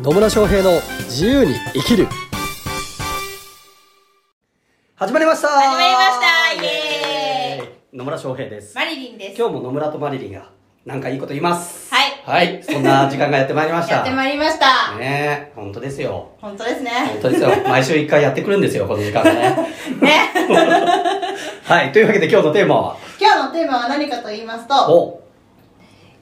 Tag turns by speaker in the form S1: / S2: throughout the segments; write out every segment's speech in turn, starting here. S1: 野村翔平の自由に生きる始まりました
S2: 始まりましたイエーイ
S1: 野村翔平です
S2: マリリンです。
S1: 今日も野村とマリリンがなんかいいこと言います
S2: はい。
S1: はいそんな時間がやってまいりました
S2: やってまいりました。
S1: ねえ本当ですよ
S2: 本当です
S1: 本
S2: ね。
S1: 当ですよ 毎週一回やってくるんですよこの時間が ね
S2: ね。
S1: はいというわけで今日のテーマは
S2: 今日のテーマは何かと言いますと、
S1: お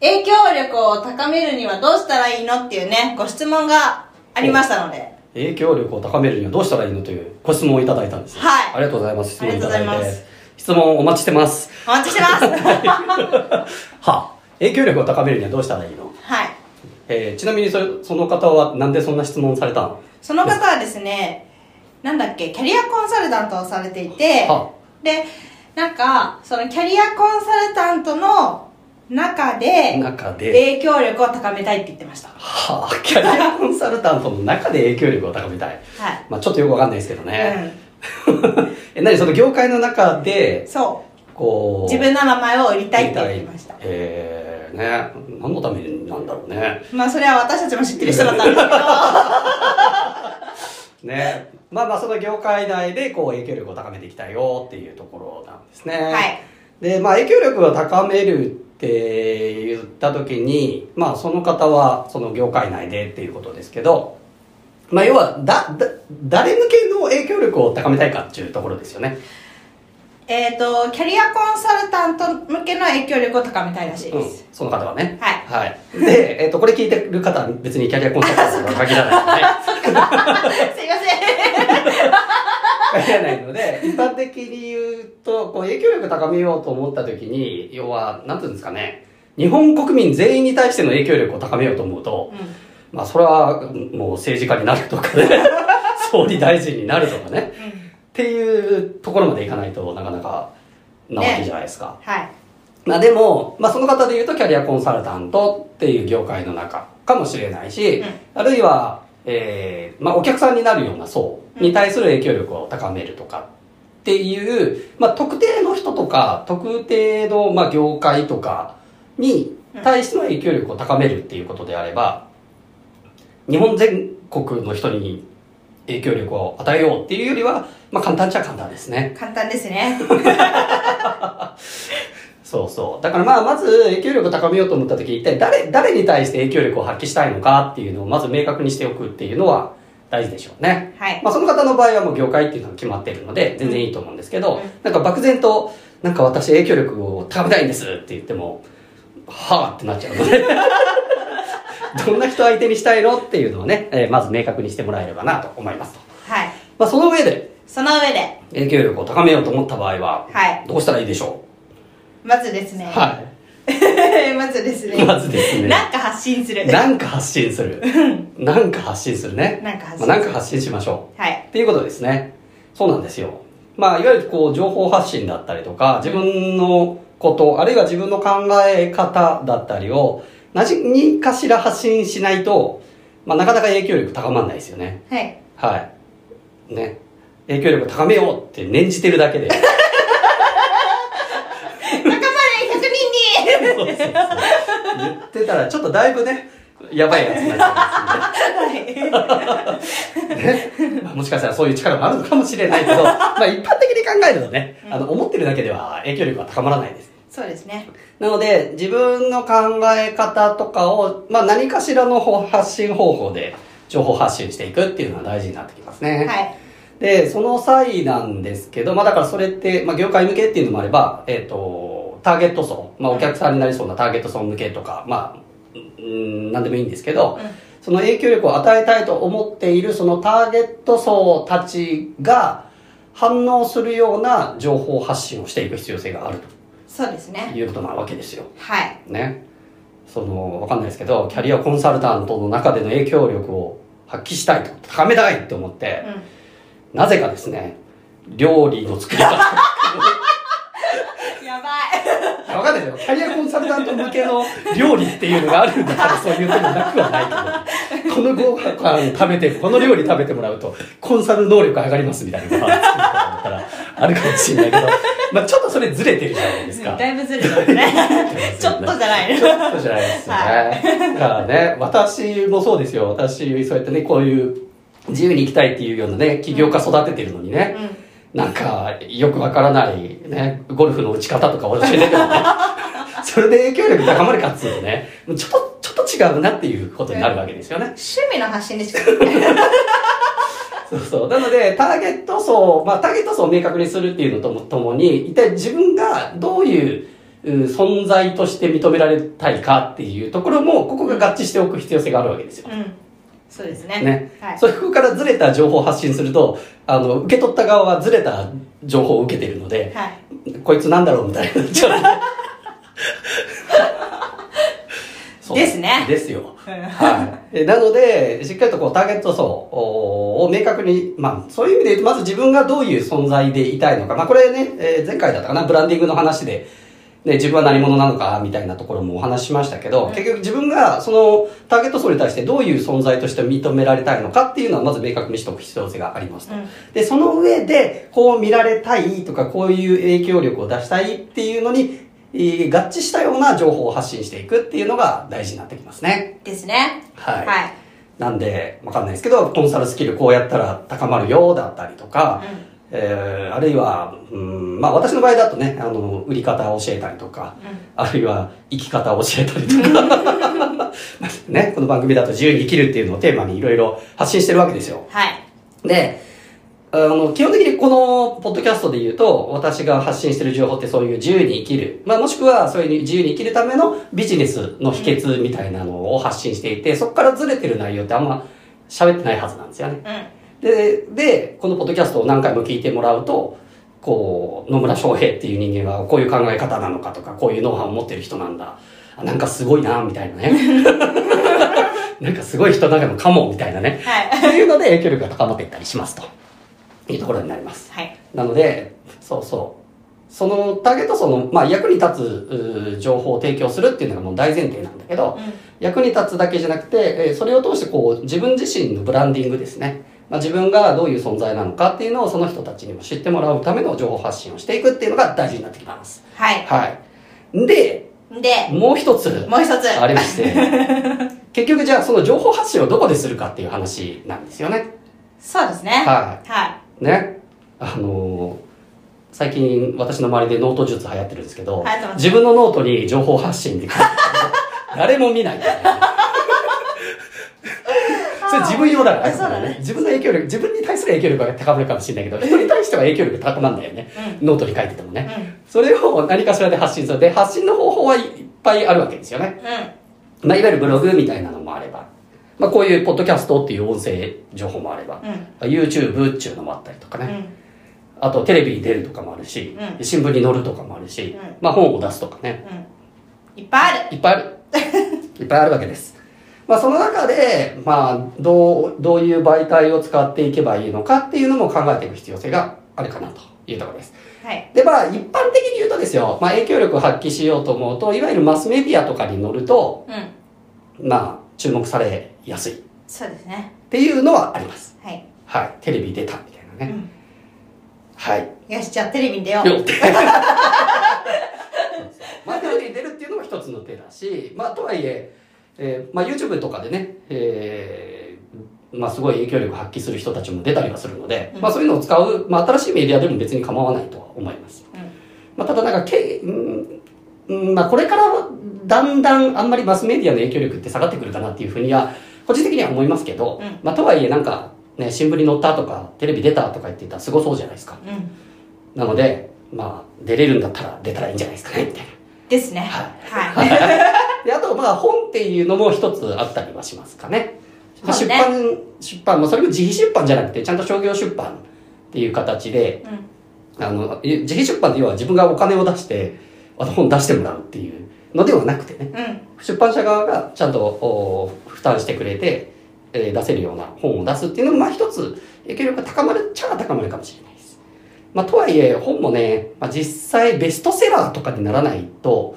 S2: 影響力を高めるにはどうしたらいいのっていうね、ご質問がありましたので。
S1: 影響力を高めるにはどうしたらいいのというご質問をいただいたんですよ
S2: はい
S1: ありがとうございます質問いた
S2: ありが
S1: だ
S2: とう
S1: い
S2: ございま
S1: て
S2: す
S1: 質問お待ちしてます
S2: お待ちしてます。は
S1: はあ影響力を高めるにはどうしたらいいの、
S2: い。
S1: えーちなみにそれその方はなんでそんな質問されたの
S2: その方はですね、なんだっけ、キャリアコンサルタントをされていて
S1: は、
S2: で、なんか、そのキャリアコンサルタントの中で、
S1: 中で、
S2: 影響力を高めたいって言ってました。は
S1: はあキャリアコンサルタントの中で影響力を高めたい
S2: い。
S1: まあちょっとよくわかんないですけど
S2: う
S1: ね、
S2: ん。
S1: え何その業界の中で
S2: そう。
S1: こう
S2: 自分の名前を売りたいって言ってました
S1: えー、ね何のためになんだろうね
S2: まあそれは私たちも知ってる人だったんです けどは
S1: ねまあまあその業界内でこう影響力を高めていきたいよっていうところなんですね
S2: い
S1: でまあ影響力を高めるって言った時にまあその方はその業界内でっていうことですけどまあ要はだだ誰向けの影響力を高めたいかっていうところですよね
S2: えっ、とキャリアコンサルタント向けの影響力を高めたいらしい
S1: うん
S2: です、
S1: その方はね
S2: は
S1: は
S2: い
S1: い、で、えっとこれ聞いてる方は別にキャリアコンサルタントとは限らないので
S2: すいません
S1: 限らないので一般的に言うとこう影響力高めようと思った時に要はなんていうんですかね日本国民全員に対しての影響力を高めようと思うと、まあそれはもう政治家になるとかね総理大臣になるとかね
S2: うん、うん、
S1: っていうところまでいかないとなかなかなわけじゃないですか、
S2: はい
S1: まあでも、まあその方で言うとキャリアコンサルタントっていう業界の中かもしれないし、
S2: うん
S1: あるいは、えー、まあお客さんになるような層に対する影響力を高めるとかっていう、まあ特定の人とか、特定のまあ業界とかに対しての影響力を高めるっていうことであれば、日本全国の人に影響力を与えようっていうよりは、まあ簡単っちゃ簡単ですね。
S2: 簡単ですね
S1: そうそう。だからまあ、まず影響力を高めようと思った時、一体誰、誰に対して影響力を発揮したいのかっていうのをまず明確にしておくっていうのは大事でしょうね。
S2: はい
S1: まあ、その方の場合はもう業界っていうのが決まっているので、全然いいと思うんですけど、
S2: うん
S1: なんか漠然と、なんか私影響力を高めたいんですって言っても、はぁってなっちゃうの で。どんな人相手にしたいのっていうのをね、えーまず明確にしてもらえればなと思いますと。
S2: はい
S1: まあ、その上で
S2: その上で
S1: 影響力を高めようと思った場合は、
S2: はい
S1: どうしたらいいでしょ
S2: まずですね、
S1: うはい。
S2: まずです ね
S1: まずですね
S2: なんか発信する
S1: なんか発信する。なんか発信するね。
S2: なんか発信す
S1: まあ
S2: る
S1: なんか発信しましょ。
S2: はいう
S1: っていうことですね。そうなんですよ。まあ、いわゆるこう、情報発信だったりとか、自分のこと、あるいは自分の考え方だったりを、何かしら発信しないと、まあ、なかなか影響力高まんないですよね。
S2: はい
S1: はい。ね。影響力高めようって念じてるだけで。
S2: 仲間で100人に
S1: そうそうそう言ってたら、ちょっとだいぶね、やばいやつになっちゃいますね。
S2: は
S1: ね、まあもしかしたらそういう力もあるのかもしれない けど、まあ一般的に考えるとね、あの、思ってるだけでは影響力は高まらないです。
S2: いそうですね
S1: なので、自分の考え方とかを、まあ何かしらの方発信方法で情報発信していくっていうのは大事になってきます
S2: は
S1: ね。
S2: い
S1: で、その際なんですけど、まあだからそれって、まあ業界向けっていうのもあれば、えっ、と、ターゲット層、まあお客さんになりそうなターゲット層向けとか、まあ、うん、なんでもいいんですけど、
S2: う
S1: その影響力を与えたいと思っているそのターゲット層たちが反応するような情報発信をしていく必要性がある
S2: んそうです
S1: と
S2: ね
S1: いうことなわけですよ。
S2: はい
S1: ね。その、わかんないですけど、キャリアコンサルタントの中での影響力を発揮したいと、高めたいと思って、
S2: うん
S1: なぜかですね、料理の作り方。
S2: やば
S1: わかんないですよ。キャリアコンサルタント向けの料理っていうのがあるんだから、そういうのもなくはないけど、このご飯食べて、この料理食べてもらうと、コンサル能力上がりますみたいなご飯作るとかだったら、あるかもしれないけど、まあちょっとそれずれてるじゃないですか。
S2: だいぶずれ てますねちょっとじゃない
S1: ちょっとじゃないですよね。だからね、私もそうですよ。私、そうやってね、こういう自由に行きたいっていうようなね、起業家育ててるのにね、
S2: う
S1: なんかよくわからないね、ゴルフの打ち方とか教えてても ね、それで影響力高まるかっつうとね、もうちょっと、ちょっと違うなっていうことになるわけですよね。
S2: 趣味の発信ですけどね
S1: そうそう。なので、ターゲット層、まあ、ターゲット層を明確にするっていうのともともに、一体自分がどういううん存在として認められたいかっていうところも、ここが合致しておく必要性があるわけですよ。
S2: うんそうですね
S1: ね。
S2: はい
S1: そこからずれた情報を発信すると、あの、受け取った側はずれた情報を受けてるので、
S2: はい
S1: こいつなんだろうみたいになっちゃう。そう
S2: ですね
S1: ですよ。
S2: うん
S1: はい、えなので、しっかりとこうターゲット層を明確に、まあ、そういう意味で言うと、まず自分がどういう存在でいたいのか、まあ、これね、えー前回だったかな、ブランディングの話で、ね、自分は何者なのかみたいなところもお話ししましたけど、
S2: うん
S1: 結局自分がそのターゲット層に対してどういう存在として認められたいのかっていうのはまず明確にしておく必要性がありますと。
S2: うん
S1: で、その上で、こう見られたいとか、こういう影響力を出したいっていうのに、えー合致したような情報を発信していくっていうのが大事になってきますね。
S2: ですね
S1: はい。
S2: はい
S1: なんで、わかんないですけど、コンサルスキルこうやったら高まるよ、だったりとか、
S2: う
S1: えー、あるいは、うん、まあ私の場合だとね、あの、売り方を教えたりとか、
S2: んうん
S1: あるいは生き方を教えたりとか、 まあね、この番組だと自由に生きるっていうのをテーマにいろいろ発信してるわけですよ。
S2: はい
S1: で、あの、基本的にこのポッドキャストで言うと、私が発信してる情報ってそういう自由に生きる。まあ、もしくはそういう自由に生きるためのビジネスの秘訣みたいなのを発信していて、そこからずれてる内容ってあんま喋ってないはずなんですよね。
S2: うん
S1: で、で、このポッドキャストを何回も聞いてもらうと、こう、野村翔平っていう人間はこういう考え方なのかとか、こういうノウハウを持ってる人なんだ。あなんかすごいな、みたいなね。 なんかすごい人なのかも、みたいなね。
S2: はい
S1: というので影響力が高まっていったりしますというところになります。
S2: はい
S1: なので、そうそう。そのターゲット層の、まあ、役に立つうー情報を提供するっていうのがもう大前提なんだけど、
S2: うん
S1: 役に立つだけじゃなくて、えーそれを通してこう自分自身のブランディングですね。まあ、自分がどういう存在なのかっていうのをその人たちにも知ってもらうための情報発信をしていくっていうのが大事になってきます。
S2: は
S1: はい。で、
S2: いで
S1: もう一つ
S2: もう一つ
S1: ありまして、結局じゃあその情報発信をどこでするかっていう話なんですよね。
S2: そうですね
S1: はい
S2: はい
S1: ねあのー最近私の周りでノート術流行ってるんですけど
S2: 流行ってます
S1: 自分のノートに情報発信って書 いてある誰も見ない、それ自分用だから
S2: そうだね
S1: 自分の影響力自分に対する影響力が高まるかもしれないけど人に対しては影響力高まるんだよね
S2: い
S1: ノートに書いてても
S2: うん
S1: ねそれを何かしらで発信するで発信の方法はいっぱいあるわけですよね、
S2: うんうん
S1: まあ、いわゆるブログみたいなのもあれば、まあ、こういうポッドキャストっていう音声情報もあれば、
S2: うん
S1: YouTube っていうのもあったりとかね、
S2: うん
S1: あとテレビに出るとかもあるし、
S2: う
S1: 新聞に載るとかもあるし、
S2: うん
S1: まあ本を出すとかね、
S2: うんいっぱいある
S1: いっぱいあ る。いっぱいあるわけです。まあその中で、まあどう、どういう媒体を使っていけばいいのかっていうのも考えていく必要性があるかなというところです。
S2: はい
S1: で、まあ一般的に言うとですよ、まあ影響力を発揮しようと思うと、いわゆるマスメディアとかに載ると、
S2: うん
S1: まあ注目されやすいっ
S2: そうですね
S1: ていうのはあります。
S2: はい
S1: はい。テレビ出たみたいなね。
S2: うん
S1: はい。
S2: よしじゃあテレビに出よう
S1: よって まあテレビに出るっていうのも一つの手だし、まあ、とはいええーまあ、YouTube とかでね、えーまあ、すごい影響力を発揮する人たちも出たりはするので、
S2: うん
S1: まあ、そういうのを使う、まあ、新しいメディアでも別に構わないとは思います、
S2: うん
S1: まあ、ただなんかけ、うんうんまあ、これからだんだんあんまりマスメディアの影響力って下がってくるかなっていうふうには個人的には思いますけど、
S2: うん
S1: まあ、とはいえなんか、ね、新聞に載ったとかテレビ出たとか言ってたらすごそうじゃないですか
S2: うん
S1: なので、まあ、出れるんだったら出たらいいんじゃないですかね、みたい
S2: ですね
S1: は
S2: はい
S1: な。で、あと、まあ、本っていうのも一つあったりはしますかね。まあ
S2: そう
S1: 出
S2: ね
S1: 版、出版、まあ、それも自費出版じゃなくて、ちゃんと商業出版っていう形で、
S2: うん
S1: あの、い自費出版って要は自分がお金を出して、あと本出してもらうっていうのではなくてね、
S2: うん
S1: 出版社側がちゃんとお負担してくれて、えー出せるような本を出すっていうのも、まあ一つ影響力が高まるっちゃ高まるかもしれないです。まあとはいえ、本もね、まあ、実際ベストセラーとかにならないと、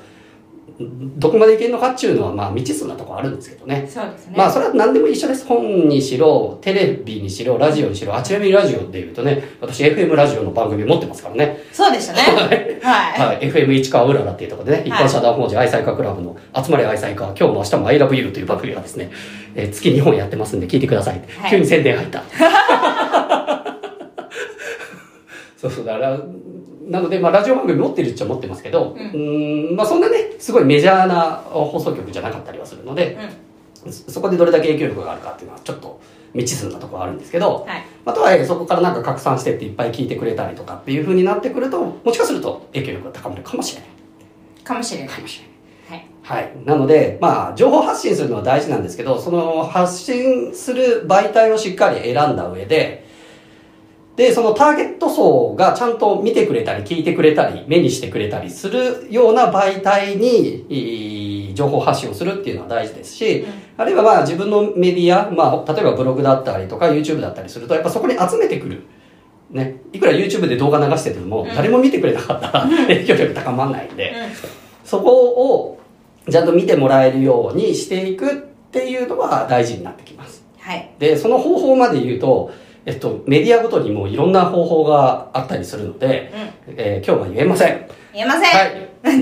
S1: どこまでいけるのかっていうのは、まあ、未知数なところあるんですけどね。
S2: そうですね。
S1: まあ、それは何でも一緒です。本にしろ、テレビにしろ、ラジオにしろ、あちなみにラジオで言うとね、私 FM ラジオの番組持ってますからね。
S2: そうでしたね。はい。
S1: はい。FM 市川うららっていうところでね、一
S2: はい
S1: 般社団法人愛妻家クラブの集まれ愛妻家、今日も明日も I love you という番組がですね、えー月2本やってますんで聞いてください。
S2: はい
S1: 急に宣伝入 った。そうそうだから、なので、まあ、ラジオ番組持ってるっちゃ持ってますけど、うん
S2: う
S1: ーん、まあ、そんなね、すごいメジャーな放送局じゃなかったりはするので、
S2: う
S1: そそこでどれだけ影響力があるかっていうのはちょっと未知数なところはあるんですけど
S2: ん。、はい。
S1: まあ、とはいえそこからなんか拡散してっていっぱい聞いてくれたりとかっていう風になってくると、もしかすると影響力が高まるかもしれない。
S2: かもしれない。
S1: かもしれない。
S2: はい。
S1: はい。なので、まあ、情報発信するのは大事なんですけど、その発信する媒体をしっかり選んだ上で、で、そのターゲット層がちゃんと見てくれたり、聞いてくれたり、目にしてくれたりするような媒体に、いい情報発信をするっていうのは大事ですし、あるいはまあ自分のメディア、まあ、例えばブログだったりとか YouTube だったりすると、やっぱそこに集めてくる。ね。いくら YouTube で動画流してても
S2: うん、
S1: 誰も見てくれなかったら影響力高まんないんで、
S2: う
S1: そこをちゃんと見てもらえるようにしていくっていうのは大事になってきます。
S2: ん。はい。
S1: で、その方法まで言うと、えっと、メディアごとにもいろんな方法があったりするので、
S2: うん。
S1: えー今日は言えません。
S2: 言えません。
S1: はい。
S2: 残 念。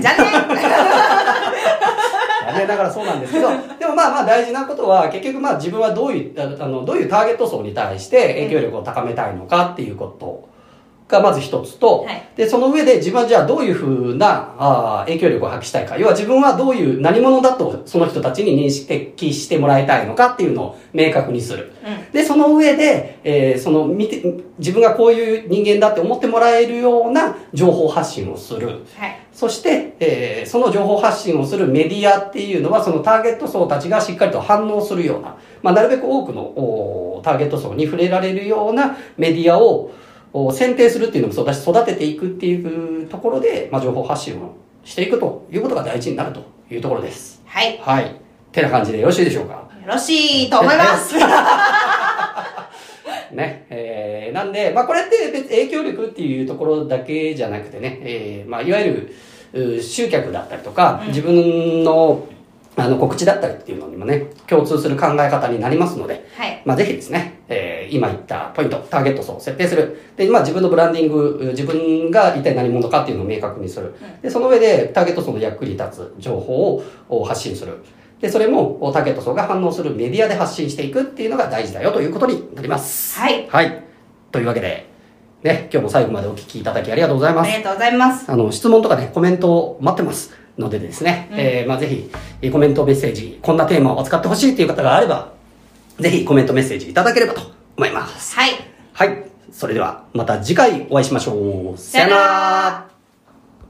S1: 残念ながらそうなんですけど、でもまあまあ大事なことは、結局まあ自分はどういう、ああの、どういうターゲット層に対して影響力を高めたいのかっていうことがまず一つと、
S2: はい
S1: で、その上で自分はじゃあどういうふうなあー影響力を発揮したいか、要は自分はどういう何者だとその人たちに認識してもらいたいのかっていうのを明確にする。
S2: うん。
S1: で、その上で、えーその見て、自分がこういう人間だって思ってもらえるような情報発信をする。
S2: はい。
S1: そして、えーその情報発信をするメディアっていうのは、そのターゲット層たちがしっかりと反応するような、まあ、なるべく多くのおーターゲット層に触れられるようなメディアをおー選定するっていうのもそうだし、育てていくっていうところで、まあ、情報発信をしていくということが大事になるというところです。
S2: はい。よ
S1: はい。てな感じでよろしいでしょうか
S2: ろしいと思います。
S1: ね。えー、なんで、まあこれって別影響力っていうところだけじゃなくてね、えー、まあいわゆるうー集客だったりとか、
S2: うん
S1: 自分のあの告知だったりっていうのにもね、共通する考え方になりますので、
S2: はい。
S1: まあ、ぜひですね、えー今言ったポイント、ターゲット層を設定する。で、まあ、自分のブランディング、自分が一体何者かっていうのを明確にする。で、その上で、ターゲット層の役に立つ情報をお発信する。で、それも、ターゲット層が反応するメディアで発信していくっていうのが大事だよということになります。
S2: はい。
S1: はい。というわけで、ね、今日も最後までお聞きいただきありがとうございま
S2: あ
S1: す
S2: り。がとうございます。
S1: あの、質問とかね、コメントを待ってますのでですね、
S2: うん
S1: えーまあぜひ、えーコメントメッセージ、こんなテーマを扱ってほしいという方があれば、ぜひコメントメッセージいただければと思います。
S2: はい。
S1: はい。それでは、また次回お会いしましょう。
S2: さよなら。